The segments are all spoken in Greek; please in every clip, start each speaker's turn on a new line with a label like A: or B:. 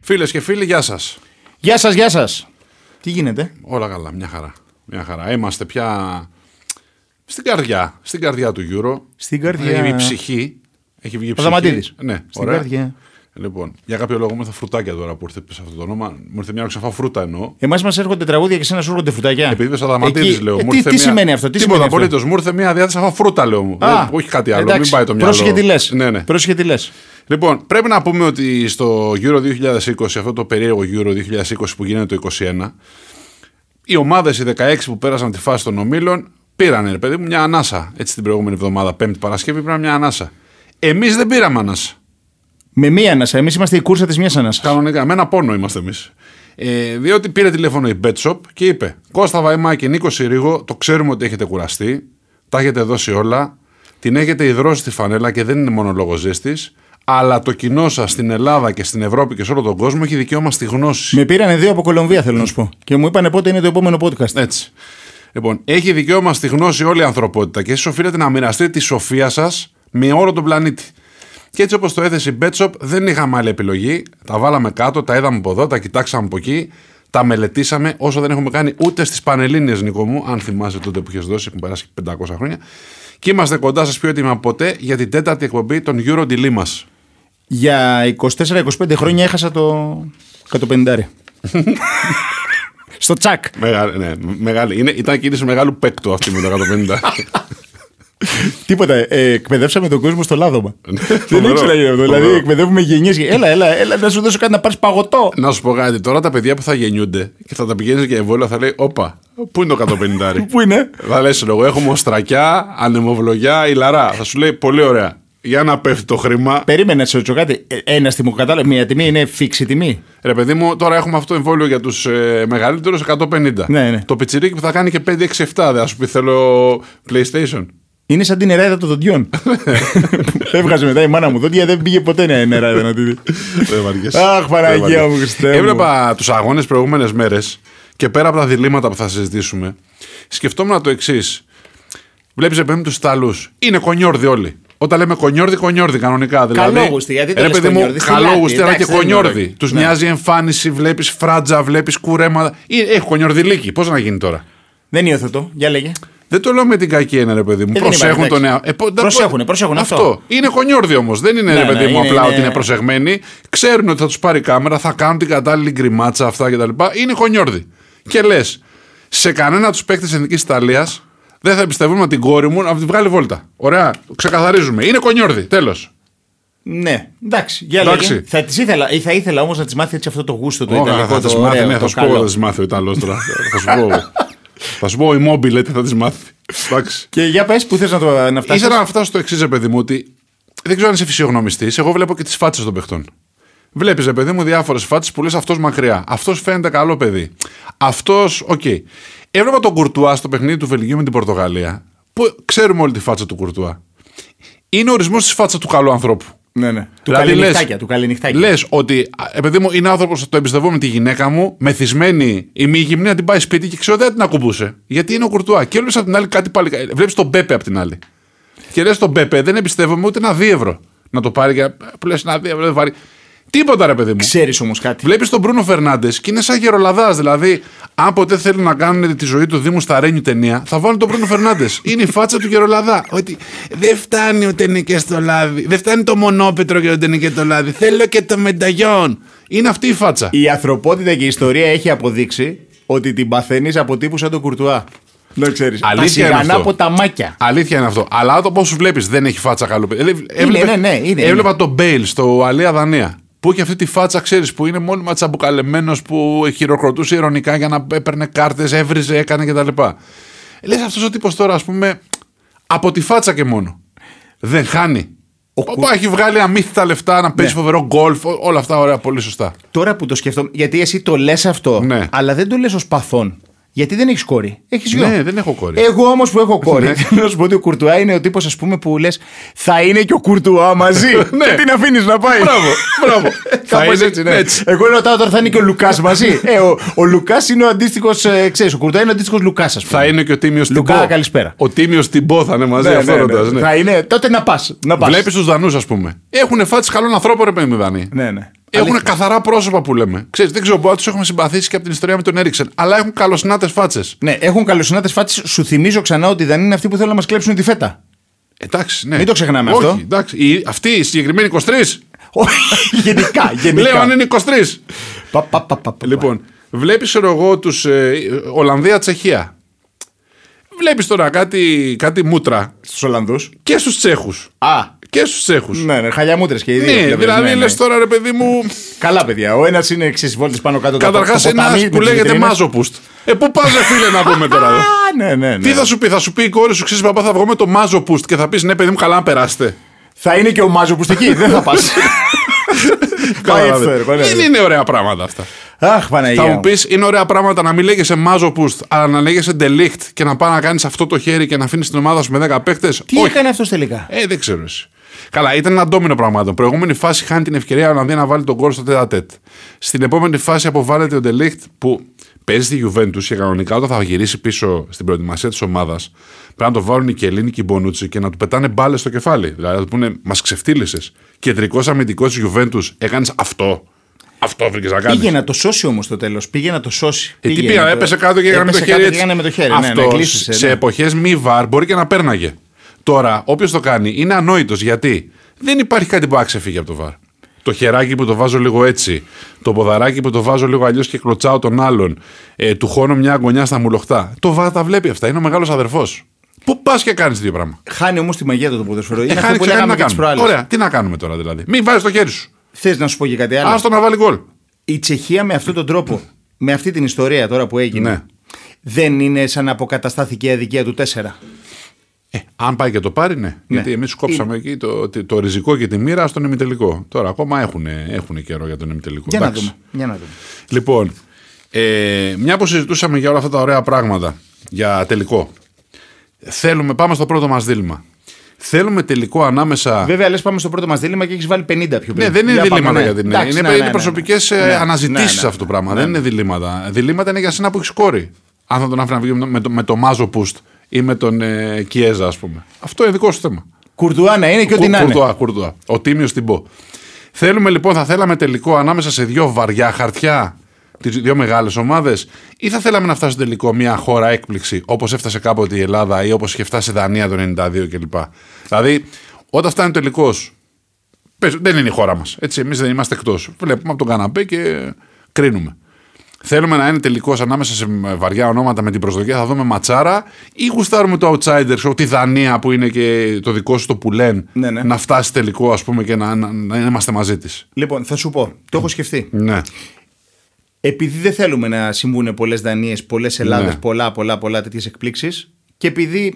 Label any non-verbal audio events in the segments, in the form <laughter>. A: Φίλες και φίλοι, γεια σας.
B: Γεια σας, γεια σας. Τι γίνεται.
A: Όλα καλά, μια χαρά. Μια χαρά. Είμαστε πια στην καρδιά, στην καρδιά του Euro.
B: Στην καρδιά.
A: Έχει βγει ψυχή. Έχει βγει ψυχή.
B: Αδαμαντίδης.
A: Ναι,
B: Στην
A: ωραία.
B: καρδιά.
A: Λοιπόν, για κάποιο λόγο μου ήρθαν φρουτάκια τώρα που ήρθε σε αυτό το όνομα. Μου ήρθε μια ώρα ξαφά φρούτα εννοώ.
B: Εμάς μας έρχονται τραγούδια και σε σου έρχονται φρουτάκια.
A: Επειδή είπε Αδαμαντίδη,
B: Εκεί-
A: λέω.
B: ε,
A: μου
B: τι,
A: ήρθε
B: τι
A: μια-
B: σημαίνει αυτό, τι
A: Τίποτα
B: σημαίνει αυτό.
A: απολύτως. Μου ήρθε μια διάθεση αφού φρούτα, λέω μου.
B: Α,
A: Δεν- όχι κάτι άλλο.
B: εντάξει,
A: Μην πάει το μυαλό.
B: Πρόσεχε τι λες.
A: Ναι, ναι.
B: Πρόσεχε τι λες.
A: Λοιπόν, πρέπει να πούμε ότι στο Euro 2020, αυτό το περίεργο Euro 2020 που γίνεται το 2021, οι ομάδες οι 16 που πέρασαν τη φάση των ομίλων πήραν, ρε παιδί μου, μια ανάσα. Έτσι την προηγούμενη εβδομάδα, Πέμπτη Παρασκευή, πήραν μια ανάσα. Εμείς δεν πήραμε ανάσα.
B: Με μία ανάσα. Εμείς είμαστε η κούρσα της μία ανάσας.
A: Κανονικά, με ένα πόνο είμαστε εμείς. Ε, διότι πήρε τηλέφωνο η Bet Shop και είπε: Κώστα Βαϊμάκη, Νίκος Συρίγο, το ξέρουμε ότι έχετε κουραστεί, τα έχετε δώσει όλα, την έχετε ιδρώσει τη φανέλα και δεν είναι μόνο λόγω ζέστης, αλλά το κοινό σας στην Ελλάδα και στην Ευρώπη και σε όλο τον κόσμο έχει δικαίωμα στη γνώση.
B: Με πήρανε δύο από Κολομβία, θέλω να σου πω. Και μου είπανε πότε είναι το επόμενο podcast.
A: Έτσι. Λοιπόν, έχει δικαίωμα στη γνώση όλη η ανθρωπότητα και εσείς οφείλετε να μοιραστείτε τη σοφία σας με όλο τον πλανήτη. Και έτσι όπως το έθεσε η Betshop, δεν είχαμε άλλη επιλογή. Τα βάλαμε κάτω, τα είδαμε από εδώ, τα κοιτάξαμε από εκεί, τα μελετήσαμε όσο δεν έχουμε κάνει ούτε στις Πανελλήνιες Νίκο μου, αν θυμάσαι τότε που είχες δώσει, που περάσει 500 χρόνια. Και είμαστε κοντά σας πιο έτοιμα από ποτέ για την τέταρτη εκπομπή των Euro Dilemma.
B: Για 24-25 χρόνια έχασα το 150.
A: <laughs>
B: Στο τσακ.
A: Μεγάλη, ναι, μεγάλη. Είναι, ήταν κίνηση μεγάλου παίκτου αυτή με το 150.
B: Τίποτα. Ε, εκπαιδεύσαμε τον κόσμο στο λάδωμα. Δεν
A: Ναι, Φοβερό.
B: ήξερα γι' αυτό. Δηλαδή,
A: Φοβερό.
B: εκπαιδεύουμε γενιές. Έλα, έλα, έλα, να σου δώσω κάτι να πάρεις παγωτό.
A: Να σου πω κάτι, τώρα τα παιδιά που θα γεννιούνται και θα τα πηγαίνεις για εμβόλια θα λέει: Όπα, πού είναι το 150
B: <laughs> Πού είναι.
A: Θα λες: Εγώ έχω μοστρακιά, ανεμοβλογιά, ηλαρά. Θα σου λέει: Πολύ ωραία. Για να πέφτει το χρήμα.
B: Περίμενε να σε ρωτήσω κάτι. Ε, Ένα τιμό, κατάλαβε. Μία τιμή είναι φίξη τιμή.
A: Ρε παιδί μου, τώρα έχουμε αυτό το εμβόλιο για τους ε, μεγαλύτερους 150.
B: Ναι, ναι.
A: Το πιτσιρίκι που θα κάνει και 5, 6, 7. Δεν θα σου πει: Θέλω PlayStation.
B: Είναι σαν την νεράιδα
A: <laughs>
B: των δοντιών. Έβγαζε μετά η μάνα μου δόντια, δεν πήγε ποτέ νε- νεράιδα να τη δει.
A: Δεν βαριέσαι.
B: Αχ, Παναγία
A: Δεν βαριέσαι.
B: μου, Χριστέ μου.
A: Έβλεπα τους αγώνες προηγούμενες μέρες και πέρα από τα διλήμματα που θα συζητήσουμε, σκεφτόμουν το εξής. Βλέπεις, επέμπει τους Ιταλούς. Είναι κονιόρδι όλοι. Όταν λέμε κονιόρδι, κονιόρδι κανονικά. Δηλαδή,
B: Καλόγουστοι, γιατί το
A: Ρε
B: λες
A: παιδί μου,
B: κονιόρδι, στη
A: καλόγουστοι,
B: Λάτη,
A: αλλά και
B: εντάξει, δεν είναι Ναι.
A: κονιόρδι.
B: ωραίο.
A: Του νοιάζει η εμφάνιση, βλέπεις φράτζα, βλέπεις κουρέματα. Ε, Έχει κονιόρδιλίκι. Πώς να γίνει τώρα.
B: Δεν υιοθετώ, για λέγε.
A: Δεν το λέω με την κακή έννοια, ρε παιδί μου.
B: Ε, δεν
A: προσέχουν
B: υπάρχει,
A: τον
B: εντάξει.
A: εαυτό. Ε, πο- τα-
B: Προσέχουνε, προσέχουνε, αυτό.
A: Είναι χονιόρδι όμως. Δεν είναι,
B: Ναι,
A: ρε παιδί
B: ναι,
A: μου,
B: είναι-
A: απλά
B: είναι-
A: ότι είναι προσεγμένοι. Ξέρουν ότι θα τους πάρει η κάμερα, θα κάνουν την κατάλληλη γκριμάτσα αυτά κτλ. Είναι χονιόρδι. Και λες, σε κανένα τους παίκτες Εθνικής Ιταλίας δεν θα εμπιστευόμουν την κόρη μου να τη βγάλει βόλτα. Ωραία. Ξεκαθαρίζουμε. Είναι κονιόρδι. Τέλος.
B: Ναι, εντάξει, για
A: Εντάξει.
B: λέγε. Θα τις ήθελα, ε, θα ήθελα όμως να τη μάθει έτσι αυτό το γούστο του
A: Όχι,
B: Ιταλικό.
A: θα τη
B: το
A: μάθει.
B: ωραίο,
A: Ναι,
B: το
A: θα σου πω
B: καλό.
A: εγώ θα τη μάθει ο Ιταλός τώρα. Θα σου πω. εγώ. Θα σου πω η Mobile, τι θα τη μάθει. Εντάξει.
B: Και για πες που θες να, το- να φτάσεις.
A: Ήθελα να φτάσω στο εξής, παιδί μου, ότι δεν ξέρω αν είσαι φυσιογνωμιστής. Εγώ βλέπω και τις φάτσες των παιχτών. Βλέπεις, ρε παιδί μου, διάφορες φάτσες που λες αυτός μακριά. Αυτός φαίνεται καλό παιδί. Αυτός, οκ. Έβλεπα τον Κουρτουά στο παιχνίδι του Βελγίου με την Πορτογαλία. Που ξέρουμε όλη τη φάτσα του Κουρτουά. Είναι ορισμός της φάτσας του καλού ανθρώπου.
B: Ναι, ναι. Του
A: Δηλαδή,
B: καληνυχτάκια, του καληνυχτάκια.
A: Λες ότι, α, επειδή μου είναι άνθρωπος που το εμπιστευόμαι τη γυναίκα μου, μεθυσμένη ή μη γυμνή, να την πάει σπίτι και ξέρω δεν θα την ακουμπούσε. Γιατί είναι ο Κουρτουά. Και βλέπει από την άλλη κάτι πάλι. Βλέπεις τον Μπέπε από την άλλη. Και λες τον Μπέπε, δεν εμπιστεύομαι ούτε ένα δίευρο να το πάρει και πλε ένα δίευρο, δεν βαρύ. Τίποτα ρε παιδί μου.
B: Ξέρεις όμως κάτι.
A: Βλέπεις τον Μπρούνο Φερνάντες και είναι σαν γερολαδάς. Δηλαδή, αν ποτέ θέλουν να κάνουν τη ζωή του Δήμου στα Ρένιου ταινία, θα βάλουν τον Μπρούνο Φερνάντες. είναι η φάτσα του γερολαδά. Ότι δεν φτάνει ούτε νικέ στο λάδι. Δεν φτάνει το μονόπετρο και ούτε νικέ το λάδι. Θέλω και το μενταγιόν. Είναι αυτή η φάτσα.
B: Η ανθρωπότητα και η ιστορία έχει αποδείξει ότι την παθαίνεις από τύπου σαν τον Κουρτουά. Να ξέρεις. Τα
A: Αλήθεια είναι
B: σιγανά
A: αυτό.
B: ποταμάκια.
A: Αλήθεια είναι αυτό. Αλλά το πώς βλέπεις δεν έχει φάτσα καλό παιδί. Ε,
B: ναι, ναι, είναι,
A: έβλεπα τον Μπέιλ στο Αλία Δανία. Που έχει αυτή τη φάτσα, ξέρεις, που είναι μόνιμα τσαμπουκαλεμένος, που χειροκροτούσε ηρωνικά για να έπαιρνε κάρτες, έβριζε, έκανε κτλ. Λες αυτός ο τύπος τώρα, ας πούμε, από τη φάτσα και μόνο. Δεν χάνει. Οπό, έχει βγάλει αμύθιτα λεφτά να παίζει
B: Ναι.
A: φοβερό γκολφ, ό- όλα αυτά ωραία, πολύ σωστά.
B: Τώρα που το σκέφτομαι, γιατί εσύ το λες αυτό,
A: Ναι.
B: αλλά δεν το λες ως παθόν. Γιατί δεν έχεις κόρη. Έχεις γιο.
A: Ναι, δεν έχω κόρη.
B: Εγώ όμως που έχω
A: Ναι.
B: κόρη. <laughs> Θέλω να σου πω ότι ο Κουρτουά είναι ο τύπος, ας πούμε, που λες θα είναι και ο Κουρτουά μαζί.
A: <laughs> Ναι.
B: Και την αφήνεις να πάει. <laughs>
A: Μπράβο, μπράβο.
B: Κάπω
A: είναι
B: ε, έτσι, ναι. Εγώ ρωτάω τώρα θα είναι και ο Λουκάς μαζί. ε, ο, ο Λουκάς είναι ο αντίστοιχος, ε, ξέρεις, ο Κουρτουά είναι ο αντίστοιχος Λουκάς, ας πούμε.
A: Θα είναι και ο Τίμιος Τιμπό.
B: Λουκά, καλησπέρα.
A: Ο Τίμιος Τιμπό θα είναι μαζί,
B: Ναι,
A: αυτό
B: ναι,
A: ρωτάς, ναι.
B: ναι. Θα είναι, τότε να πας. Να πας.
A: Βλέπεις τους Δανούς, ας πούμε. Έχουν φάτσεις καλών ανθρώπων, ρε παιδί μου, οι Δανείοι.
B: Ναι, ναι.
A: Έχουν καθαρά πρόσωπα που λέμε. Ξέρεις, δεν ξέρω που τους έχουμε συμπαθήσει και από την ιστορία με τον Έριξεν. Αλλά έχουν καλοσυνάτες φάτσες.
B: Ναι, έχουν καλοσυνάτες φάτσες. Σου θυμίζω ξανά ότι οι Δανείοι είναι αυτοί που θέλουν να μας κλέψουν τη φέτα.
A: Εντάξει, ναι.
B: Μην το ξεχνάμε
A: Όχι,
B: αυτό.
A: Εντάξει. Οι- αυτοί οι συγκεκριμένοι 23.
B: Όχι, γενικά, γενικά.
A: Λέω αν είναι 23.
B: Πα, πα, πα, πα, πα.
A: Λοιπόν, βλέπεις, ξέρω εγώ, τους ε, Ολλανδία-Τσεχία. Βλέπεις τώρα κάτι, κάτι μούτρα
B: στους Ολλανδούς.
A: και στους Τσέχους.
B: Α,
A: Και στους Τσέχους.
B: ναι, ναι, χαλιαμούτρες και οι δύο.
A: Ναι,
B: βλέπετε,
A: δηλαδή
B: ναι, ναι.
A: λε τώρα ρε παιδί μου,
B: Καλά, παιδιά. Ο ένας είναι εξής βόλτε πάνω κάτω. το- το
A: καταρχά
B: ποτάμι
A: ένας
B: με
A: που
B: τις
A: λέγεται
B: βιτρίνες.
A: Μάζοπουστ. Ε, πού πας, φίλε, να πούμε
B: <laughs>
A: τώρα. εδώ.
B: Α, ναι, ναι, ναι.
A: Τι θα σου πει, θα σου πει η κόρη σου, ξέρεις παπά, θα βγω με το Μάζοπουστ και θα πεις ναι, παιδί μου, καλά να περάσετε.
B: Θα είναι και ο Μάζο που εκεί. Δεν θα πας.
A: <laughs>
B: Πάει
A: Καταλάβατε.
B: εύθερο.
A: Δεν είναι ωραία πράγματα αυτά.
B: Αχ, Παναγία.
A: Θα
B: μου.
A: μου πεις, είναι ωραία πράγματα να μην λέγεσαι Μάζοπουστ, αλλά να λέγεσαι Ντελίχτ και να πά να κάνεις αυτό το χέρι και να αφήνεις την ομάδα σου με 10 παίχτε.
B: Τι έκανε αυτός τελικά.
A: Ε, δεν ξέρω εσύ. Καλά, ήταν ένα ντόμινο πραγμάτων. Προηγούμενη φάση χάνει την ευκαιρία η Ολλανδία να βάλει τον γκολ στο τέτα τέτ. Στην επόμενη φάση αποβάλλεται ο Ντελίχτ που παίζει στη Juventus και κανονικά όταν θα γυρίσει πίσω στην προετοιμασία της ομάδας πρέπει να το βάλουν οι Κελίνοι και οι Μπονούτσι και να του πετάνε μπάλες στο κεφάλι. Δηλαδή να του πούνε Μας ξεφτύλισε. Κεντρικός αμυντικός τη Juventus, έκανες αυτό. Αυτό βρήκες να κάνεις.
B: Πήγε να το σώσει όμως το τέλος. Πήγε να το σώσει.
A: Ε, τι
B: Πήγε
A: πήγα,
B: να το-
A: έπεσε κάτω και έκανε με το
B: Έπεσε
A: χέρι.
B: κάτω και
A: έτσι.
B: έκανε με το χέρι. ναι,
A: Αυτό
B: ναι, κλείσισε,
A: σε
B: ναι.
A: εποχές μη βαρ μπορεί και να πέρναγε. Τώρα, όποιος το κάνει είναι ανόητος γιατί δεν υπάρχει κάτι που άξεφυγε από το βαρ. Το χεράκι που το βάζω λίγο έτσι, το ποδαράκι που το βάζω λίγο αλλιώς και κλωτσάω τον άλλον, ε, του χώνω μια γωνιά στα μουλοχτά. Το βαρ τα βλέπει αυτά. Είναι ο μεγάλος αδερφός. Πού πας και κάνεις δύο πράγμα.
B: Χάνει όμως τη μαγεία του το ποδοσφαιρό. Είναι αυτό
A: Ε, Χάνει
B: που
A: ξεχάνει
B: λέγαμε
A: να
B: και τις
A: κάνουμε.
B: προάλλες.
A: Ωραία, τι να κάνουμε τώρα δηλαδή. Μην βάζεις το χέρι σου.
B: Θες να σου πω και κάτι άλλο.
A: Άστο να βάλει γκολ.
B: Η Τσεχία με αυτόν τον τρόπο, με αυτή την ιστορία τώρα που έγινε,
A: Ναι.
B: δεν είναι σαν να αποκαταστάθηκε η αδικία του 4.
A: Ε, αν πάει και το πάρει, ναι. Γιατί εμείς κόψαμε εκεί το, το, το ριζικό και τη μοίρα στον ημιτελικό. Τώρα ακόμα έχουν, έχουν καιρό για τον ημιτελικό.
B: Για να
A: Εντάξει.
B: δούμε. Για να δούμε.
A: Λοιπόν, ε, μια που συζητούσαμε για όλα αυτά τα ωραία πράγματα, για τελικό. Θέλουμε, πάμε στο πρώτο μας δίλημα. Θέλουμε τελικό ανάμεσα.
B: Βέβαια, λες πάμε στο πρώτο μας δίλημα και έχεις βάλει 50 πιο πριν.
A: Ναι, δεν είναι
B: Για πάμε,
A: διλήμματα
B: ναι.
A: για την
B: Εντάξει,
A: Είναι,
B: ναι, ναι,
A: είναι
B: ναι,
A: προσωπικές
B: ναι. Ναι, ναι,
A: αναζητήσεις
B: ναι,
A: αυτό το
B: ναι.
A: πράγμα. Δεν είναι διλήμματα. Διλήμματα είναι για σένα που έχεις κόρη. Αν θα τον άφηνα να βγει με το, με το Μάζο Πουστ ή με τον ε, Κιέζα, ας πούμε. Αυτό είναι δικό σου θέμα.
B: Κουρδουάνα είναι Ναι, και ό,τι να είναι.
A: Κουρδουά, κουρδουά. Ο Τίμιος Τιμπό. Θέλουμε λοιπόν, θα θέλαμε τελικό ανάμεσα σε δύο βαριά χαρτιά, τις δύο μεγάλες ομάδες, ή θα θέλαμε να φτάσει στο τελικό μια χώρα έκπληξη, όπως έφτασε κάποτε η Ελλάδα ή όπως είχε φτάσει η Δανία το 92 κλπ. Δηλαδή, όταν φτάνει ο τελικό, δεν είναι η χώρα μας. Έτσι, εμείς δεν είμαστε εκτός. Βλέπουμε από τον καναπέ και κρίνουμε. Θέλουμε να είναι τελικός ανάμεσα σε βαριά ονόματα με την προσδοκία. Θα δούμε ματσάρα ή γουστάρουμε το outsider, ξέρω, τη Δανία που είναι και το δικό σου το που λένε,
B: Ναι, ναι.
A: να φτάσει τελικό, ας πούμε, και να, να, να είμαστε μαζί της.
B: Λοιπόν, θα σου πω, το έχω σκεφτεί.
A: Ναι.
B: Επειδή δεν θέλουμε να συμβούν πολλές Δανίες, πολλές Ελλάδες,
A: Ναι.
B: πολλά, πολλά, πολλά τέτοιες εκπλήξεις και επειδή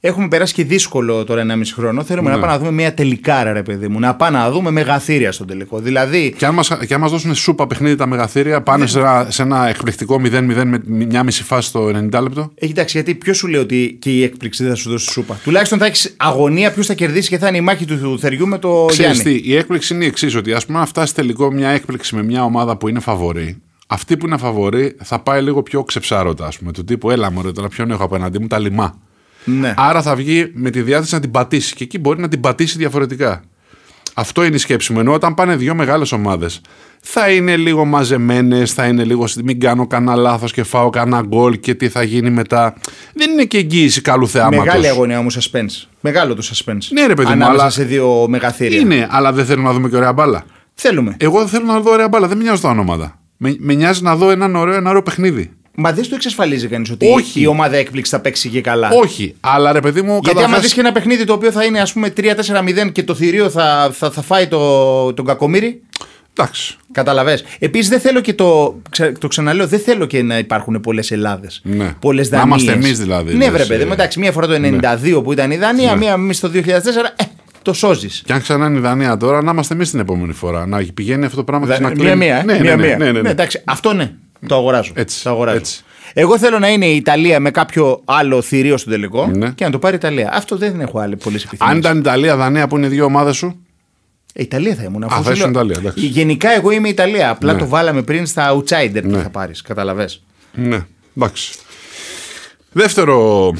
B: έχουμε περάσει και δύσκολο τώρα 1,5 χρόνο, θέλουμε
A: Ναι.
B: να πάμε να δούμε μια τελικάρα, ρε παιδί μου. Να πάμε να δούμε μεγαθύρια στον τελικό. Δηλαδή,
A: Και αν μας, και αν μας δώσουν σούπα παιχνίδι τα μεγαθύρια, πάνε
B: Ναι.
A: σε, ένα, σε ένα εκπληκτικό 0-0 με μια μισή φάση στο 90 λεπτό.
B: Ε, εντάξει, γιατί ποιο σου λέει ότι και η έκπληξη δεν θα σου δώσει σούπα. Τουλάχιστον θα έχεις αγωνία ποιος θα κερδίσει και θα είναι η μάχη του, του θεριού με το
A: Ξέρεις
B: Γιάννη.
A: τι, η έκπληξη είναι η εξής, ότι ας πούμε να φτάσει τελικό μια έκπληξη με μια ομάδα που είναι φαβορή. Αυτή που είναι φαβορή θα πάει λίγο πιο ξεψάρωτα, ας πούμε. Του τύπου, έλα μου, τώρα ποιον έχω απέναντί μου, τα λιμά.
B: Ναι.
A: Άρα θα βγει με τη διάθεση να την πατήσει. Και εκεί μπορεί να την πατήσει διαφορετικά. Αυτό είναι η σκέψη μου. Ενώ όταν πάνε δύο μεγάλες ομάδες, θα είναι λίγο μαζεμένες, θα είναι λίγο. συ- Μην κάνω κανένα λάθος και φάω κανένα γκολ και τι θα γίνει μετά. Δεν είναι και εγγύηση καλού θεάματος.
B: Μεγάλη αγωνία όμως suspense. Μεγάλο το suspense.
A: Ναι, ρε παιδί μου,
B: Ανάμεσα
A: αλλά-
B: σε δύο μεγαθύρια.
A: Είναι, Ε- αλλά δεν θέλουμε να δούμε και ωραία μπάλα.
B: Θέλουμε.
A: Εγώ θέλω να δω ωραία μπάλα, δεν με νοιάζουν τα ονόματα. Με, με νοιάζει να δω έναν ωραίο, ένα ωραίο παιχνίδι.
B: Μα δεν το εξασφαλίζει κανείς ότι
A: Όχι.
B: η ομάδα έκπληξη θα παίξει και καλά.
A: Όχι, αλλά ρε παιδί μου,
B: Γιατί άμα
A: καταρχάς-
B: δεις και ένα παιχνίδι το οποίο θα είναι ας πούμε 3-4-0 και το θηρίο θα, θα, θα φάει το, τον κακομίρι.
A: Εντάξει.
B: Καταλαβέ. Επίσης δεν θέλω και το. ξα- Το ξαναλέω, δεν θέλω και να υπάρχουν πολλές Ελλάδες.
A: Ναι.
B: Πολλές
A: Να
B: Δανίε.
A: είμαστε εμείς δηλαδή,
B: Ναι,
A: λες,
B: βρε παιδί
A: ε. Ναι.
B: μου, εντάξει, μία φορά το 92 που ήταν η Δανία, μία εμεί το 2004. Ε, το σώζεις.
A: Και αν ξανά είναι η Δανία τώρα, να είμαστε εμείς την επόμενη φορά. Να πηγαίνει αυτό το πράγμα και να κλείνει.
B: Μία-μία. ε.
A: Ναι, ναι,
B: Μία-μία.
A: ναι, ναι, ναι, ναι.
B: εντάξει, αυτό ναι. Το αγοράζω.
A: Έτσι,
B: το αγοράζω.
A: έτσι.
B: Εγώ θέλω να είναι η Ιταλία με κάποιο άλλο θηρίο στον τελικό
A: Ναι.
B: και να το πάρει η Ιταλία. Αυτό δεν έχω άλλη πολλές επιθυμίες.
A: Αν ήταν Ιταλία-Δανία που είναι οι δύο ομάδες σου.
B: Ε, Ιταλία θα ήμουν.
A: θα
B: αφού σου
A: ήσουν
B: λέω-
A: Ιταλία, εντάξει.
B: Γενικά εγώ είμαι Ιταλία. Απλά
A: Ναι.
B: το βάλαμε πριν στα outsider που
A: Ναι.
B: θα πάρεις. Καταλαβέ.
A: Ναι, εντάξει. Δεύτερο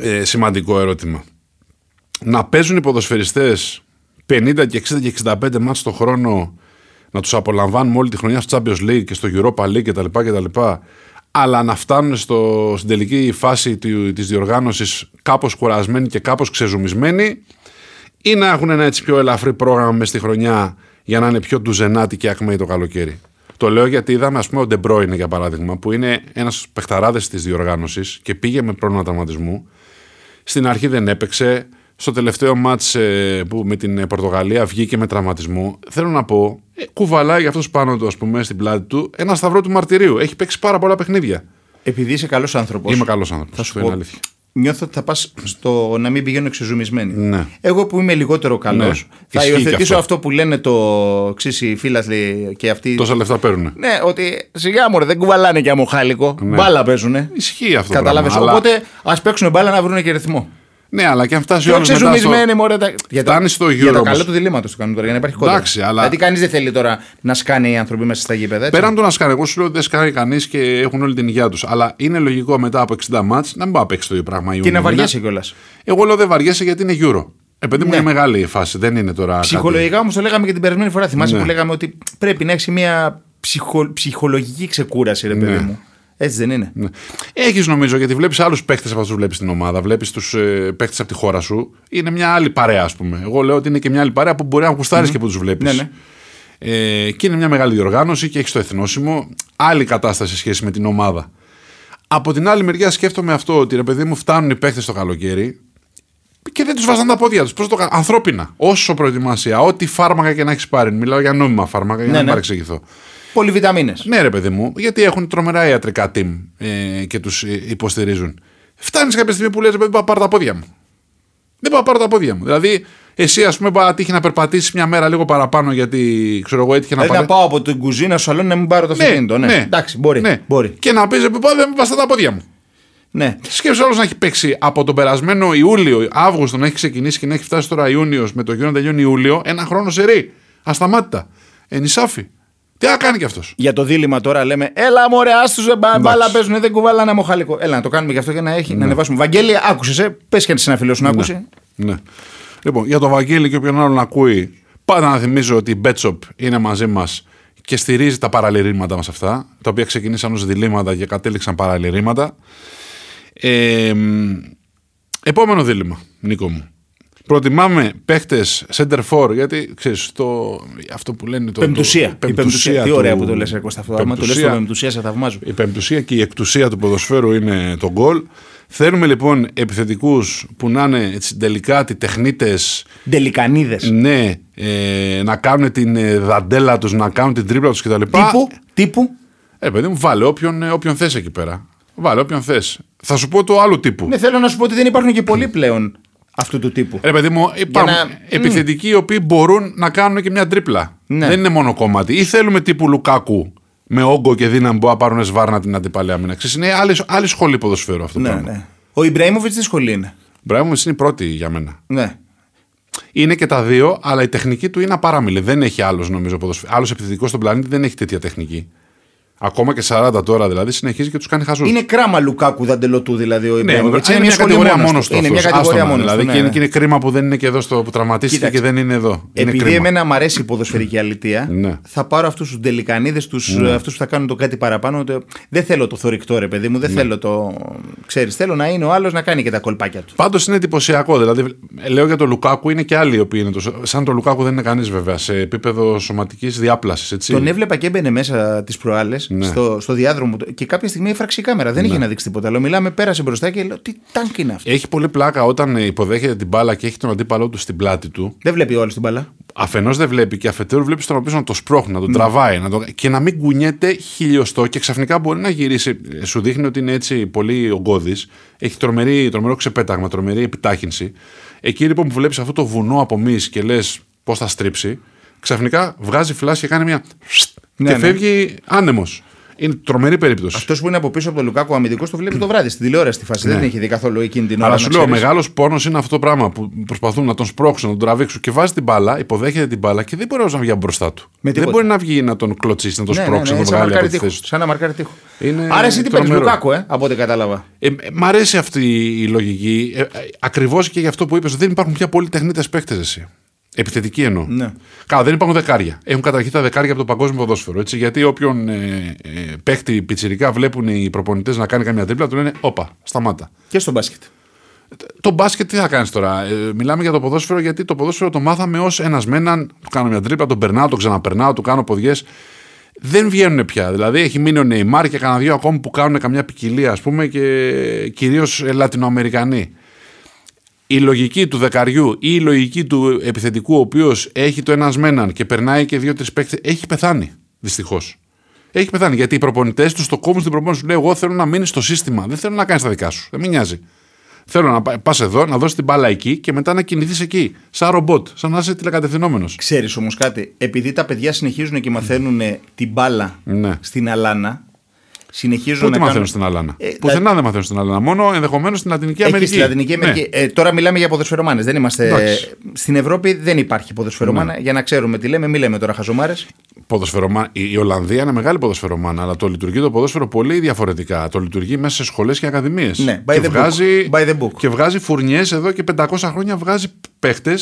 A: ε, σημαντικό ερώτημα. Να παίζουν οι ποδοσφαιριστές 50 και 60 και 65 μάτς το χρόνο να τους απολαμβάνουμε όλη τη χρονιά στο Champions League και στο Europa League κτλ. κτλ αλλά να φτάνουν στο, στην τελική φάση της διοργάνωσης κάπως κουρασμένοι και κάπως ξεζουμισμένοι, ή να έχουν ένα έτσι πιο ελαφρύ πρόγραμμα μες στη χρονιά για να είναι πιο ντουζενάτι και ακμαίοι το καλοκαίρι. Το λέω γιατί είδαμε, ας πούμε, ο Ντεμπρόινε για παράδειγμα, που είναι ένας παιχταράδες της διοργάνωσης και πήγε με πρόβλημα τραυματισμού. Στην αρχή δεν έπαιξε. Στο τελευταίο μάτς ε, που με την Πορτογαλία βγήκε με τραυματισμό, θέλω να πω, ε, κουβαλάει αυτός πάνω του, ας πούμε, στην πλάτη του, ένα σταυρό του μαρτυρίου. Έχει παίξει πάρα πολλά παιχνίδια.
B: Επειδή είσαι καλός άνθρωπος.
A: Είμαι καλός άνθρωπος.
B: Θα σου πω. Νιώθω ότι θα πας στο να μην πηγαίνω εξεζουμισμένοι.
A: Ναι.
B: Εγώ που είμαι λιγότερο
A: Ναι.
B: καλό, θα
A: Ισχύει και
B: υιοθετήσω αυτό.
A: αυτό.
B: που λένε το ξύσι οι φίλαθλοι και αυτοί.
A: Τόσα λεφτά παίρνουνε.
B: Ναι, ότι σιγά μωρέ, δεν κουβαλάνε και αμοχάλικο. Μπάλα παίζουνε.
A: Ναι. Ισχύει αυτό. το
B: Κατάλαβε.
A: πράγμα, αλλά-
B: Οπότε ας παίξουν μπάλα να βρουν και ρυθμό.
A: Ναι, αλλά και αν φτάσει ο
B: Πιο
A: άλλος μετά στο...
B: ξεζουμισμένοι μωρέ. Τα... Για τα,
A: Φτάνει στο
B: για
A: Euro
B: τα
A: όμως.
B: καλά του διλήμματος το κάνουν τώρα, για να υπάρχει κόντρα.
A: Εντάξει, αλλά-
B: Γιατί κανείς δεν θέλει τώρα να σκάνε οι άνθρωποι μέσα στα γήπεδα. έτσι.
A: Πέραν από το να σκάνε, εγώ σου λέω ότι δεν σκάνε κανείς και έχουν όλη την υγεία τους. Αλλά είναι λογικό μετά από 60 μάτ να μην πάει να παίξει το ίδιο πράγμα.
B: Και
A: Ιούνιο
B: να
A: μήνα.
B: βαριέσαι κιόλας.
A: Εγώ λέω δεν βαριέσαι γιατί είναι Euro. Ε, παιδί μου
B: Ναι.
A: είναι μεγάλη η φάση, δεν είναι τώρα. κάτι-
B: Ψυχολογικά όμως το λέγαμε και την περασμένη φορά. Θυμάσαι
A: Ναι.
B: που λέγαμε ότι πρέπει να έχεις μια ψυχο- ψυχολογική ξεκούραση, ρε παιδί
A: Ναι.
B: μου. Έτσι δεν είναι.
A: Έχει Ναι. νομίζω γιατί βλέπεις άλλους παίκτες από αυτούς βλέπεις στην ομάδα, βλέπεις τους ε, παίκτες από τη χώρα σου. Είναι μια άλλη παρέα, ας πούμε. Εγώ λέω ότι είναι και μια άλλη παρέα που μπορεί να γουστάρεις και που τους βλέπεις.
B: Ναι, ναι.
A: Ε, και είναι μια μεγάλη διοργάνωση και έχει το εθνόσημο. Άλλη κατάσταση σε σχέση με την ομάδα. Από την άλλη μεριά σκέφτομαι αυτό ότι ρε παιδί μου φτάνουν οι παίκτες το καλοκαίρι και δεν τους βάζαν τα πόδια τους. Πώς το κα- Ανθρώπινα. Όσο προετοιμασία, ό,τι φάρμακα και να έχεις πάρει. Μιλάω για νόμιμα φάρμακα για
B: Ναι,
A: να
B: ναι.
A: μην παρεξηγηθώ.
B: Πολυβιταμίνες.
A: Ναι, ρε παιδί μου, γιατί έχουν τρομερά ιατρικά team ε, και τους υποστηρίζουν. Φτάνεις κάποια στιγμή που λες: Δεν πάω να πάρω τα πόδια μου. Δεν πάω να πάρω τα πόδια μου. Δηλαδή, εσύ, ας πούμε, πάει τύχει να περπατήσεις μια μέρα λίγο παραπάνω γιατί ξέρω εγώ έτυχε να
B: Δηλαδή να
A: πάρει.
B: πάω από την κουζίνα στο σαλόνι να μην πάρω το αυτοκίνητο. Ναι, Εντάξει, μπορεί.
A: ναι.
B: μπορεί.
A: Και να πεις: Δεν πάω, δεν βαστά τα πόδια μου.
B: Ναι.
A: Σκέψε όλο να έχει παίξει από τον περασμένο Ιούλιο, Αύγουστο να έχει ξεκινήσει και να έχει φτάσει τώρα Ιούνιος με το γύρο να τελειώνει Ιούλιο, ένα χρόνο σε ρί. Ασταμάτητα. Ενισάφη. Τι να κάνει κι αυτός.
B: Για το δίλημα τώρα λέμε, έλα μωρέ, άστου μπάλα
A: Εντάξει.
B: παίζουν, δεν κουβαλάνε μοχαλικό. Έλα να το κάνουμε γι' αυτό για να, έχει, να ανεβάσουμε. Βαγγέλη, άκουσες, ε, πες και ένα φίλος σου να ακούσει.
A: Ναι. Λοιπόν, για τον Βαγγέλη και όποιον άλλον ακούει, πάντα να θυμίζω ότι η Betshop είναι μαζί μας και στηρίζει τα παραλυρήματα μας αυτά, τα οποία ξεκινήσαν ως διλήμματα και κατέληξαν παραλυρήματα. Ε, μ, επόμενο δίλημα, Νίκο μου. Προτιμάμε παίχτες center for, γιατί ξέρεις, το, αυτό που λένε. Το,
B: Πεμπτουσία.
A: το-
B: Η πεμπτουσία. Τι ωραία
A: του-
B: που το λες, Κώστα αυτό. Άμα το λες το
A: πεμπτουσία.
B: πεμπτουσία, Ε, σε θαυμάζω.
A: Η πεμπτουσία και η εκτουσία του ποδοσφαίρου είναι το γκολ. Θέλουμε λοιπόν επιθετικούς που να είναι έτσι, τελικά τι τεχνίτες,
B: Ντελικανίδε.
A: ναι, ε, να κάνουν την ε, δαντέλα τους, να κάνουν την τρίπλα τους κτλ.
B: Τύπου, τύπου.
A: Ε, παιδί μου, βάλε όποιον, ε, όποιον θες εκεί πέρα. Βάλε όποιον θες. Θα σου πω το άλλο τύπου.
B: Ναι, θέλω να σου πω ότι δεν υπάρχουν και πολλοί πλέον αυτού του τύπου.
A: Ρε παιδί μου, υπάρχουν
B: να-
A: επιθετικοί οι οποίοι μπορούν να κάνουν και μια τρίπλα.
B: Ναι.
A: Δεν είναι μόνο κομμάτι. Ή θέλουμε τύπου Λουκάκου με όγκο και δύναμη που να πάρουν σβάρνα την αντιπαλή άμυνα. Ξέρεις, Είναι άλλη, άλλη σχολή ποδοσφαίρου αυτό το
B: Ναι,
A: πράγμα.
B: ναι. Ο Ιμπραήμοβιτ τι σχολή είναι.
A: Μπράβο, είναι η πρώτη για μένα.
B: Ναι.
A: Είναι και τα δύο, αλλά η τεχνική του είναι απαράμιλη. Δεν έχει άλλος, νομίζω, ποδοσφαι... Άλλος επιθετικός στον πλανήτη δεν έχει τέτοια τεχνική. Ακόμα και 40 τώρα δηλαδή συνεχίζει και τους κάνει χαζούς.
B: Είναι κράμα Λουκάκου δαντελωτού δηλαδή ο
A: ναι,
B: Ιμπραήμοβιτ.
A: είναι μια κατηγορία μόνος του.
B: Είναι μια
A: αυτός.
B: κατηγορία
A: Άστομα,
B: μόνος
A: Δηλαδή,
B: του. ναι.
A: και, είναι, και είναι κρίμα που δεν είναι και εδώ στο που τραυματίστηκε
B: Κοίταξε.
A: και δεν είναι εδώ. Είναι
B: Επειδή
A: κρίμα.
B: εμένα μου αρέσει η ποδοσφαιρική αλήθεια,
A: Ναι.
B: θα πάρω αυτούς τους τελικανίδε, αυτούς που θα κάνουν το κάτι παραπάνω. το- Δεν θέλω το θορυκτό, ρε παιδί μου, δεν θέλω το. Ξέρεις, θέλω να είναι ο άλλος να κάνει και τα κολπάκια του.
A: Πάντως είναι εντυπωσιακό. Δηλαδή, ε, λέω για τον Λουκάκου, είναι και άλλοι οι οποίοι είναι. Το... Σαν τον Λουκάκου δεν είναι κανείς βέβαια σε επίπεδο σωματικής διάπλασης.
B: Τον έβλεπα και έμπαινε μέσα τις προάλλες
A: Ναι.
B: στο, στο διάδρομο του και κάποια στιγμή έφραξε η κάμερα. Δεν είχε να δείξει τίποτα. Λέω, μιλάμε, πέρασε μπροστά και λέω: Τι τάγκ είναι αυτό.
A: Έχει πολύ πλάκα όταν ε, υποδέχεται την μπάλα και έχει τον αντίπαλό του στην πλάτη του.
B: Δεν βλέπει όλη την μπαλά.
A: Αφενός δεν βλέπει και αφετέρου βλέπει τον οποίο να το σπρώχνει, να τον
B: Ναι.
A: τραβάει να τον... και να μην κουνιέται χιλιοστό και ξαφνικά μπορεί να γυρίσει. Ε, Σου δείχνει ότι είναι έτσι πολύ ογκώδης. Έχει τρομερή, τρομερό ξεπέταγμα, τρομερή επιτάχυνση. Εκεί λοιπόν που βλέπεις αυτό το βουνό από μυς και λες πώς θα στρίψει, ξαφνικά βγάζει φλάσ και κάνει μια.
B: Ναι,
A: και
B: ναι.
A: φεύγει άνεμος. Είναι τρομερή περίπτωση.
B: Αυτός που είναι από πίσω από τον Λουκάκο αμυντικός το βλέπει το βράδυ στην τηλεόραση τη φάση. Δεν έχει δει καθόλου εκείνη την ώρα.
A: Ναι. Αλλά
B: να
A: σου λέω, ο
B: ξέρεις.
A: μεγάλος πόνος είναι αυτό το πράγμα που προσπαθούν να τον σπρώξουν, να τον τραβήξουν και βάζει την μπάλα, υποδέχεται την μπάλα και δεν μπορεί να βγει από μπροστά του.
B: τίποτα.
A: δεν μπορεί να βγει να τον κλωτσίσει, να τον
B: Ναι, ναι,
A: σπρώξει,
B: ναι,
A: να
B: σαν
A: τον βγάλει από
B: μαρκάρι
A: τη
B: τείχου.
A: θέση του.
B: Σαν ένα μαρκάρι τείχους.
A: Είναι
B: Άρα εσύ τι παίρνει,
A: τρομερό.
B: Λουκάκο, ε, από ό,τι κατάλαβα.
A: Ε, ε, μ' αρέσει ε, αυτή η λογική. Ε, Ακριβώς και για αυτό που είπες, δεν υπάρχουν πια πολλοί τεχνίτες παίκτες εσύ. Επιθετική εννοώ.
B: Ναι.
A: Καλά, δεν υπάρχουν δεκάρια. Έχουν καταρχήν τα δεκάρια από το παγκόσμιο ποδόσφαιρο. Έτσι, γιατί όποιον ε, ε, παίχτη πιτσιρικά βλέπουν οι προπονητές να κάνει καμιά τρίπλα, του λένε Όπα, σταμάτα.
B: Και στο μπάσκετ.
A: Το μπάσκετ τι θα κάνεις τώρα. Ε, μιλάμε για το ποδόσφαιρο γιατί το ποδόσφαιρο το μάθαμε ως ένας με έναν. Του κάνω μια τρύπα, τον περνάω, τον ξαναπερνάω, του κάνω ποδιές. Δεν βγαίνουν πια. Δηλαδή έχει μείνει ο Νεϊμάρ και κανένα δύο ακόμη που κάνουν καμιά ποικιλία, ας πούμε, και κυρίως Λατινοαμερικανοί. Η λογική του δεκαριού ή η λογική του επιθετικού, ο οποίος έχει το ένας με έναν και περνάει και δύο-τρει παίκτες, έχει πεθάνει. Δυστυχώς. Έχει πεθάνει γιατί οι προπονητές τους το κόβουν στην προπόνηση. Τους λέει: Εγώ θέλω να μείνεις στο σύστημα. Δεν θέλω να κάνεις τα δικά σου. Δεν με νοιάζει. Θέλω να πα πας εδώ, να δώσεις την μπάλα εκεί και μετά να κινηθείς εκεί. Σαν ρομπότ, σαν να είσαι τηλεκατευθυνόμενος.
B: Ξέρεις όμως κάτι, επειδή τα παιδιά συνεχίζουν και μαθαίνουν την μπάλα
A: Ναι.
B: στην Αλάνα. Συνεχίζουν
A: Πού
B: να
A: τη
B: κάνουν-
A: μαθαίνουν στην Αλάνα.
B: Ε,
A: Πουθενά δεν μαθαίνουν στην Αλάνα. Μόνο ενδεχομένως στην Λατινική
B: Εκεί
A: Αμερική.
B: στη Λατινική Αμερική.
A: Ναι.
B: Ε, τώρα μιλάμε για ποδοσφαιρομάνες. Δεν είμαστε.
A: Εντάξει. Ναι.
B: Στην Ευρώπη δεν υπάρχει ποδοσφαιρομάνα. Για να ξέρουμε τι λέμε, μην λέμε τώρα χαζομάρες.
A: Ποδοσφαιρωμά- Η η Ολλανδία είναι μεγάλη ποδοσφαιρομάνα, αλλά το λειτουργεί το ποδόσφαιρο πολύ διαφορετικά. Το λειτουργεί μέσα σε σχολές και ακαδημίες.
B: Ναι, by
A: και,
B: the book.
A: βγάζει,
B: By the book.
A: και βγάζει φουρνιές εδώ και 500 χρόνια βγάζει παίχτες,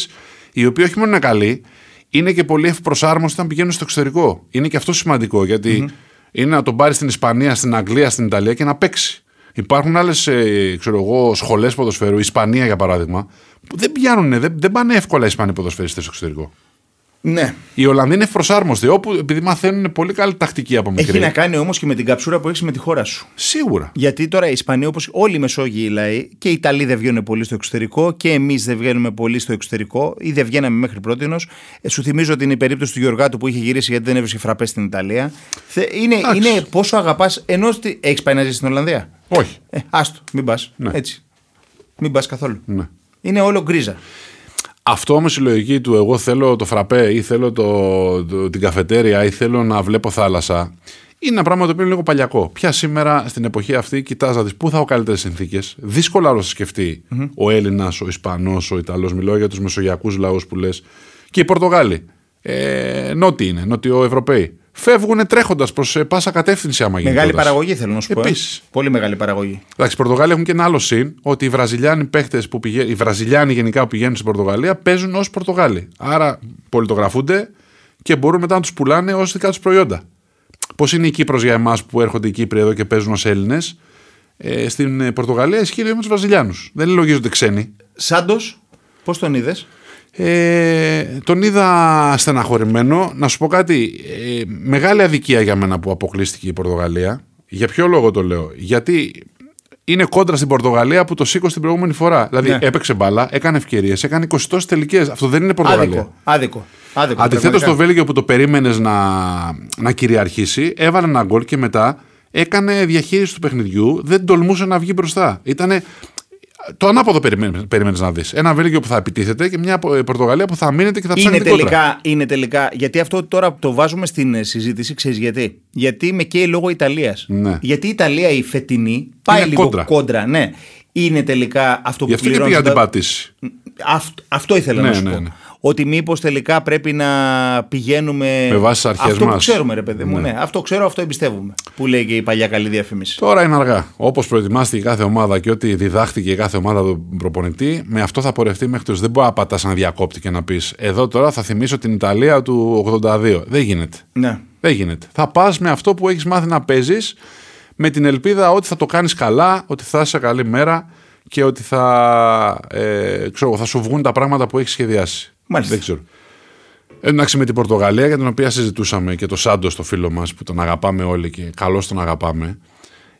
A: οι οποίοι όχι μόνο είναι καλοί, είναι και πολύ ευπροσάρμοστοι όταν πηγαίνουν στο εξωτερικό. Είναι και αυτό σημαντικό, γιατί
B: Mm-hmm.
A: είναι να τον πάρει στην Ισπανία, στην Αγγλία, στην Ιταλία και να παίξει. Υπάρχουν ε, άλλε σχολές ποδοσφαίρου, η Ισπανία για παράδειγμα, που δεν πιάνουν, δεν, δεν πάνε εύκολα οι Ισπανοί ποδοσφαιριστές στο εξωτερικό.
B: Ναι.
A: Οι Ολλανδοί είναι προσάρμοστοι, όπου επειδή μαθαίνουν πολύ καλή τακτική από μικρή.
B: Έχει να κάνει όμως και με την καψούρα που έχεις με τη χώρα σου.
A: Σίγουρα.
B: Γιατί τώρα οι Ισπανοί, όπως όλοι οι Μεσόγειοι λαοί, και οι Ιταλοί δεν βγαίνουν πολύ στο εξωτερικό και εμείς δεν βγαίνουμε πολύ στο εξωτερικό ή δεν βγαίναμε μέχρι πρώτη. σου θυμίζω την περίπτωση του Γεωργάτου που είχε γυρίσει γιατί δεν έβρισκε φραπές στην Ιταλία. Θε- Είναι,
A: Εντάξει.
B: είναι πόσο αγαπάς. Ενώ έχεις πάει να ζήσει στην Ολλανδία.
A: Όχι.
B: Ε, άστο, μην πας.
A: Ναι.
B: Έτσι. Μην πας καθόλου.
A: Ναι.
B: Είναι όλο γκρίζα.
A: Αυτό όμως η λογική του εγώ θέλω το φραπέ ή θέλω το, το- την καφετέρια ή θέλω να βλέπω θάλασσα. Είναι ένα πράγμα το οποίο είναι λίγο παλιακό. Πια σήμερα στην εποχή αυτή κοιτάζει να δεις πού θα έχω καλύτερες συνθήκες. Δύσκολα όλο σκεφτει ο Έλληνας, ο Ισπανός, ο Ιταλός. Μιλάω για τους μεσογειακούς λαούς που λες. Και οι Πορτογάλοι. Ε, νότιοι είναι, νότιο-ευρωπαίοι. Φεύγουν τρέχοντας προς ε, πάσα κατεύθυνση άμα γίνει.
B: Μεγάλη
A: πρόταση.
B: παραγωγή θέλω να σου πω. ε.
A: Επίσης.
B: Πολύ μεγάλη παραγωγή.
A: Εντάξει, οι Πορτογάλοι έχουν και ένα άλλο συν, ότι οι Βραζιλιάνοι παίχτες που πηγαίνουν, οι Βραζιλιάνοι γενικά που πηγαίνουν στην Πορτογαλία παίζουν ως Πορτογάλοι. Άρα πολιτογραφούνται και μπορούν μετά να τους πουλάνε ως δικά τους προϊόντα. Πώς είναι η Κύπρος για εμάς που έρχονται οι Κύπροι εδώ και παίζουν ως Έλληνες. Ε, στην ε, Πορτογαλία ισχύει το ίδιο με τους Βραζιλιάνους. Δεν λογίζονται ξένοι.
B: Σάντος, πώς τον είδες.
A: Ε, τον είδα στεναχωρημένο. Να σου πω κάτι. Ε, μεγάλη αδικία για μένα που αποκλείστηκε η Πορτογαλία. Για ποιο λόγο το λέω. Γιατί είναι κόντρα στην Πορτογαλία που το σήκωσε την προηγούμενη φορά. Δηλαδή
B: Ναι.
A: έπαιξε μπάλα, έκανε ευκαιρίες, έκανε 20 τελικές. Αυτό δεν είναι Πορτογαλία.
B: Άδικο. Άδικο. άδικο
A: Αντιθέτως,
B: πραγματικά.
A: το Βέλγιο που το περίμενες να, να κυριαρχήσει, έβαλε ένα γκολ και μετά έκανε διαχείριση του παιχνιδιού, δεν τολμούσε να βγει μπροστά. Ήτανε, το ανάποδο περίμενε να δεις. Ένα Βέλγιο που θα επιτίθεται και μια ε, Πορτογαλία που θα μείνεται και θα ψάχνει
B: Είναι
A: την κόντρα.
B: τελικά, είναι τελικά. Γιατί αυτό τώρα που το βάζουμε στην ε, συζήτηση, ξέρεις γιατί. Γιατί με καίει λόγω Ιταλίας.
A: Ναι.
B: Γιατί η Ιταλία η φετινή πάει
A: Είναι
B: λίγο
A: κόντρα.
B: κόντρα. ναι. Είναι τελικά αυτό
A: Γι'
B: που
A: αυτό και πήγε
B: πληρώνεις.
A: να την
B: τα-
A: πατήσει.
B: Αυτό, αυτό ήθελα
A: Ναι,
B: να σου
A: ναι,
B: πω.
A: ναι.
B: Ότι μήπως τελικά πρέπει να πηγαίνουμε.
A: Με βάση τις αρχές
B: Αυτό που
A: μας.
B: ξέρουμε, ρε παιδί μου. Ναι. Αυτό ξέρω, αυτό εμπιστεύομαι. Που λέει και η παλιά καλή διαφήμιση.
A: Τώρα είναι αργά. Όπως προετοιμάστηκε κάθε ομάδα και ό,τι διδάχτηκε η κάθε ομάδα από τον προπονητή, με αυτό θα πορευτεί μέχρι τέλο. Δεν μπορεί να πατά να διακόπτη και να πεις Εδώ τώρα θα θυμίσω την Ιταλία του 82. Δεν γίνεται.
B: Ναι.
A: Δεν γίνεται. Θα πας με αυτό που έχεις μάθει να παίζεις, με την ελπίδα ότι θα το κάνεις καλά, ότι θα είσαι καλή μέρα και ότι θα, ε, ξέρω, θα σου βγουν τα πράγματα που έχεις σχεδιάσει.
B: Μάλιστα.
A: Δεν ξέρω. Εντάξει με την Πορτογαλία για την οποία συζητούσαμε και το Σάντο το φίλο μας που τον αγαπάμε όλοι και καλώς τον αγαπάμε.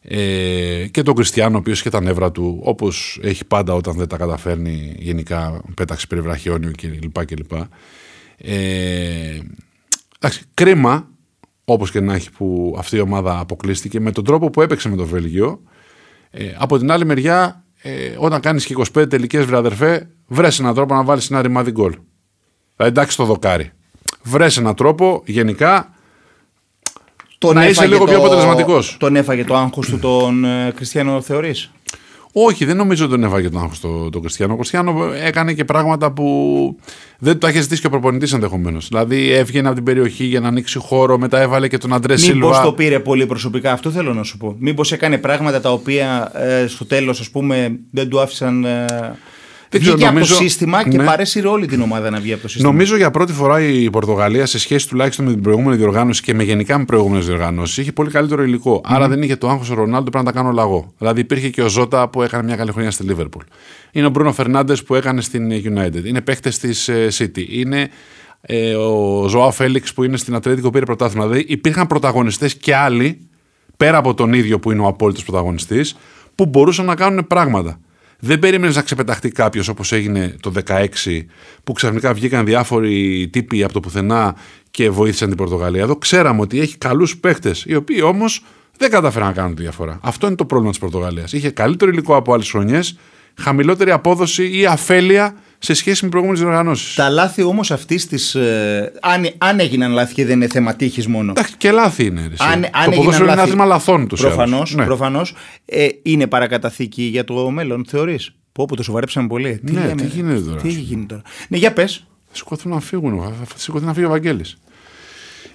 A: Ε, και τον Κριστιανό, ο οποίος είχε τα νεύρα του, όπως έχει πάντα όταν δεν τα καταφέρνει, γενικά πέταξε περιβραχιόνιο κλπ. κλπ. Ε, εντάξει, κρίμα, όπως και να έχει, που αυτή η ομάδα αποκλείστηκε με τον τρόπο που έπαιξε με το Βέλγιο. Ε, από την άλλη μεριά, ε, όταν κάνεις και 25 τελικές, βρε αδερφέ, βρες έναν τρόπο να βάλεις ένα ρημάδι γκολ. Δηλαδή, εντάξει το δοκάρι. Βρες έναν τρόπο γενικά.
B: Τον
A: Να είσαι
B: έφαγε
A: λίγο πιο
B: το-
A: αποτελεσματικός.
B: Τον έφαγε το άγχος του τον ε, Κριστιανό, θεωρείς.
A: Όχι, δεν νομίζω ότι τον έβαγε τον άγχος τον το Κριστιανό. Ο Κριστιανό έκανε και πράγματα που δεν το είχε ζητήσει και ο προπονητής ενδεχομένως. Δηλαδή, έβγαινε από την περιοχή για να ανοίξει χώρο, μετά έβαλε και τον Αντρέ
B: Μήπω
A: Σίλβα.
B: το πήρε πολύ προσωπικά, αυτό θέλω να σου πω. Μήπως έκανε πράγματα τα οποία ε, στο τέλος, ας πούμε, δεν του άφησαν. ε, Βγήκε
A: ξέρω,
B: από
A: νομίζω-
B: το σύστημα και
A: ναι.
B: παρέσυρε όλη την ομάδα να βγει από το σύστημα.
A: Νομίζω για πρώτη φορά η Πορτογαλία σε σχέση τουλάχιστον με την προηγούμενη διοργάνωση και με γενικά με προηγούμενες διοργανώσεις είχε πολύ καλύτερο υλικό. Άρα δεν είχε το άγχος ο Ρονάλντο πρέπει να τα κάνω λαγό. Δηλαδή υπήρχε και ο Ζώτα που έκανε μια καλή χρονιά στη Λίβερπουλ. Είναι ο Μπρούνο Φερνάντες που έκανε στην United. Είναι παίχτε τη City. Είναι ε, ο Ζωάο Φέληξ που είναι στην Ατλέτικο πήρε πρωτάθλημα. Δηλαδή υπήρχαν πρωταγωνιστές και άλλοι πέρα από τον ίδιο που είναι ο απόλυτος πρωταγωνιστής, που μπορούσαν να κάνουν πράγματα. Δεν περίμενες να ξεπεταχτεί κάποιος όπως έγινε το 16, που ξαφνικά βγήκαν διάφοροι τύποι από το πουθενά και βοήθησαν την Πορτογαλία. Εδώ ξέραμε ότι έχει καλούς παίχτε, οι οποίοι όμως δεν κατάφεραν να κάνουν τη διαφορά. Αυτό είναι το πρόβλημα της Πορτογαλίας. Είχε καλύτερο υλικό από άλλες χρονιές, χαμηλότερη απόδοση ή αφέλεια σε σχέση με προηγούμενες διοργανώσεις.
B: Τα λάθη όμως αυτής της. ε, αν, αν έγιναν λάθη και δεν είναι θέμα τύχης μόνο.
A: Εντάξει, και λάθη είναι. ρε, εσύ.
B: Αν, αν
A: το ποδόσφαιρο είναι
B: έγιναν
A: ένα άθλημα λαθών τους.
B: Προφανώς.
A: Ναι.
B: Προφανώς, ε, είναι παρακαταθήκη για το μέλλον, θεωρείς. Πω, πω το σοβαρέψαμε πολύ.
A: Ναι,
B: λέμε,
A: τι γίνεται τώρα,
B: Τι
A: ας
B: έχει γίνει τώρα. Ναι, για πες.
A: Θα σηκωθούν να φύγουν. Θα- Θα σηκωθεί να φύγει ο Βαγγέλης.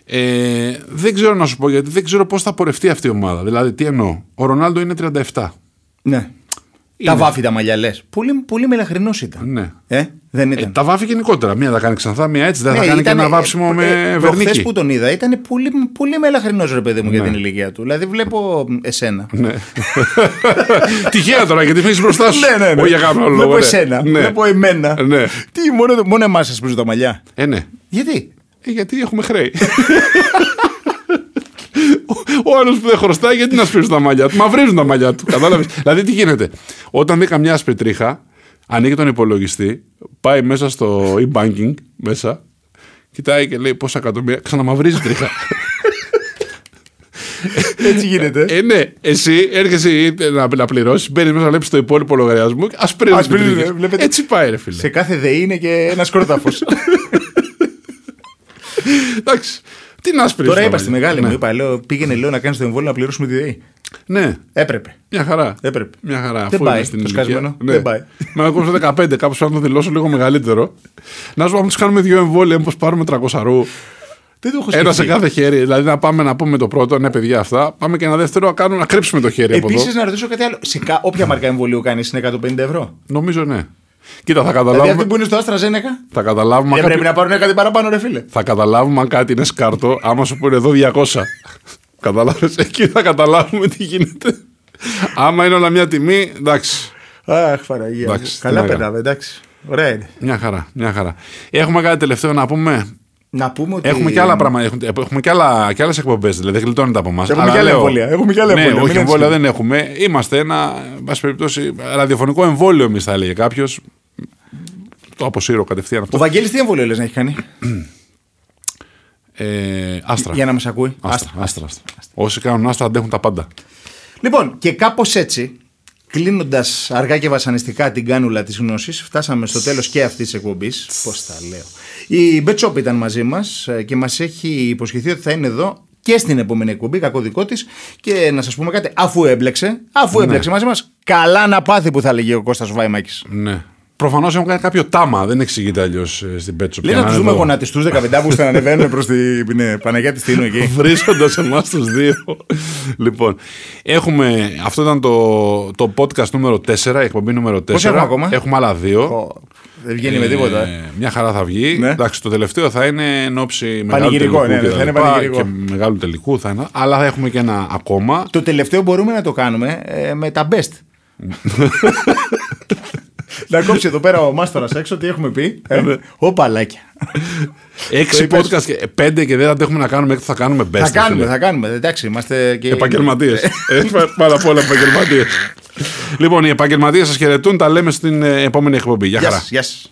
A: Ε, δεν ξέρω να σου πω γιατί δεν ξέρω πώς θα πορευτεί αυτή η ομάδα. Δηλαδή, τι εννοώ. Ο Ρονάλντο είναι 37.
B: Ναι.
A: Είναι.
B: Τα βάφει τα μαλλιά, λες. Πολύ, πολύ μελαχρινός ήταν.
A: Ναι.
B: Ε, δεν
A: Ε,
B: ήταν. Ναι,
A: τα βάφει γενικότερα. Μία τα κάνει ξανθά, μία έτσι. Δεν θα κάνει και ένα βάψιμο με
B: Χθε
A: βερνίκι.
B: ε, που τον είδα ήταν πολύ, πολύ μελαχρινός ρε παιδί μου για την ηλικία του. Δηλαδή βλέπω μ, εσένα.
A: Ναι. <laughs> Τυχαία τώρα γιατί φύγει μπροστά σου.
B: Ναι,
A: Όχι για κάποιο λόγο.
B: Βλέπω
A: ναι.
B: εσένα.
A: Ναι.
B: Βλέπω εμένα.
A: Ναι.
B: Τι, μόνο, μόνο εμάς σας πίζουν τα μαλλιά.
A: Ε, ναι.
B: Γιατί.
A: Ε, γιατί έχουμε χρέη. Ο- Ο άλλος που δεν χρωστάει, γιατί να σπίρουν τα μαλλιά του. Μαυρίζουν τα μαλλιά του. Κατάλαβες. δηλαδή, τι γίνεται. Όταν δει καμιά άσπρη τρίχα, ανοίγει τον υπολογιστή, πάει μέσα στο e-banking, μέσα, κοιτάει και λέει πόσα εκατομμύρια. Ξαναμαυρίζει τρίχα.
B: Έτσι γίνεται.
A: ε, ναι, εσύ έρχεσαι είτε να, να πληρώσεις, μπαίνεις μέσα, βλέπεις το υπόλοιπο λογαριασμό και ασπρίζει.
B: Ασπρίζει,
A: την τρίχα.
B: ε, βλέπετε.
A: Έτσι πάει, ρε φίλε.
B: Σε κάθε ΔΕΗ είναι και ένας κρόταφο.
A: <laughs> Εντάξει. Τι να ασπρίζει.
B: Τώρα
A: τα
B: είπα στη
A: μαλλιά.
B: μεγάλη
A: Ναι.
B: μου, είπα, λέω, πήγαινε λέω να κάνεις το εμβόλιο να πληρώσουμε τη ΔΕΗ.
A: Ναι.
B: Έπρεπε.
A: Μια χαρά.
B: Έπρεπε.
A: Μια χαρά.
B: Δεν
A: αφού
B: πάει
A: είναι στην
B: το
A: ηλικία.
B: σκασμένο.
A: Ναι.
B: Δεν πάει.
A: Με ακούω 15, κάπω πρέπει να το δηλώσω λίγο μεγαλύτερο. Να σου πω, αν τους κάνουμε δύο εμβόλια, μήπως πάρουμε 300 ρού.
B: Δεν το έχω
A: Ένα σε
B: σκεφτεί.
A: κάθε χέρι. Δηλαδή να πάμε να πούμε το πρώτο, ναι, παιδιά αυτά. Πάμε και ένα δεύτερο, να, κάνουμε, να κρύψουμε το χέρι από εδώ.
B: Επίσης, να ρωτήσω κάτι άλλο. Σε κα- όποια μαρκά εμβολίου κάνεις είναι 150 ευρώ.
A: Νομίζω ναι. Κοίτα, θα
B: Δηλαδή,
A: καταλάβουμε.
B: αυτοί που είναι στο Άστρα Ζένεκα.
A: Θα καταλάβουμε, αν
B: Δεν
A: κάτι...
B: Ε, πρέπει να πάρουν κάτι παραπάνω, ρε φίλε.
A: θα καταλάβουμε αν κάτι είναι σκάρτο, άμα σου πούνε εδώ 200. Κατάλαβες. Εκεί θα καταλάβουμε τι γίνεται. άμα είναι όλα μια τιμή, εντάξει.
B: Αχ, Φαραγία.
A: Εντάξει,
B: μου.
A: τι
B: Καλά
A: να
B: περνάμε, εντάξει. Ωραία είναι.
A: Μια χαρά, μια χαρά. Έχουμε κάτι τελευταίο να πούμε.
B: Να πούμε ότι.
A: Έχουμε και άλλα πράγματα. Έχουμε, έχουμε και, άλλα, και άλλες εκπομπές, δηλαδή γλιτώνεται από εμάς.
B: Έχουμε
A: Αλλά
B: και άλλα
A: λέω-
B: εμβόλια, έχουμε και άλλα
A: ναι,
B: εμβόλια,
A: όχι
B: μην
A: εμβόλια
B: ανησυχείτε.
A: δεν έχουμε. Είμαστε ένα, εν πάση περιπτώσει, ραδιοφωνικό εμβόλιο εμείς θα έλεγε κάποιος. Το αποσύρω κατευθείαν
B: Ο
A: αυτό.
B: Βαγγέλης τι εμβόλιο λες να έχει κάνει.
A: Ε, άστρα.
B: Για να μας ακούει.
A: Άστρα, άστρα, άστρα. Όσοι κάνουν άστρα αντέχουν τα πάντα.
B: Λοιπόν, και κάπως έτσι, κλείνοντας αργά και βασανιστικά την κάνουλα της γνώσης, φτάσαμε στο τέλος και αυτής της εκπομπής. Πώς τα λέω. Η Μπετσόπ ήταν μαζί μας και μας έχει υποσχεθεί ότι θα είναι εδώ και στην επόμενη εκπομπή, κακό δικό της. Και να σας πούμε κάτι, αφού έμπλεξε, αφού έμπλεξε μαζί μας, καλά να πάθει που θα λέγει ο Κώστας Βάιμακης.
A: Ναι. Προφανώς έχουν κάνει κάποιο τάμα, δεν εξηγείται αλλιώς στην Πέτσο.
B: Λέει να τους δούμε γονατιστού 15 Αύγουστου να ανεβαίνουν προ την ναι, Παναγία της Τίνου
A: <laughs>
B: εκεί.
A: Βρίσκοντας εμάς τους δύο. λοιπόν, έχουμε. Αυτό ήταν το, το podcast νούμερο 4, η εκπομπή νούμερο 4.
B: έχουμε ακόμα?
A: άλλα δύο.
B: Ω, Δεν βγαίνει με τίποτα. ε.
A: Ε, μια χαρά θα βγει.
B: Ναι.
A: Εντάξει, το τελευταίο θα είναι εν ώψη μεγάλου
B: Πανηγυρικό,
A: τελικού.
B: ναι, ναι,
A: και,
B: θα είναι
A: τα λοιπά
B: πανηγυρικό.
A: και μεγάλου τελικού θα είναι. Αλλά θα έχουμε και ένα ακόμα.
B: Το τελευταίο μπορούμε να το κάνουμε ε, με τα best. να κόψει εδώ πέρα ο μάστορας έξω τι έχουμε πει. Ε, Ω παλάκια.
A: Έξι
B: είπες.
A: podcast, και- πέντε και δεν θα αντέχουμε να κάνουμε, έκτα θα κάνουμε best.
B: θα κάνουμε,
A: φίλε.
B: θα κάνουμε. Εντάξει, είμαστε και.
A: Επαγγελματίες. Πάρα πολλά επαγγελματίες. λοιπόν, οι επαγγελματίες σας χαιρετούν. Τα λέμε στην ε, επόμενομη εκπομπή. Γεια
B: Γεια
A: χαρά.
B: σας, Γεια σας.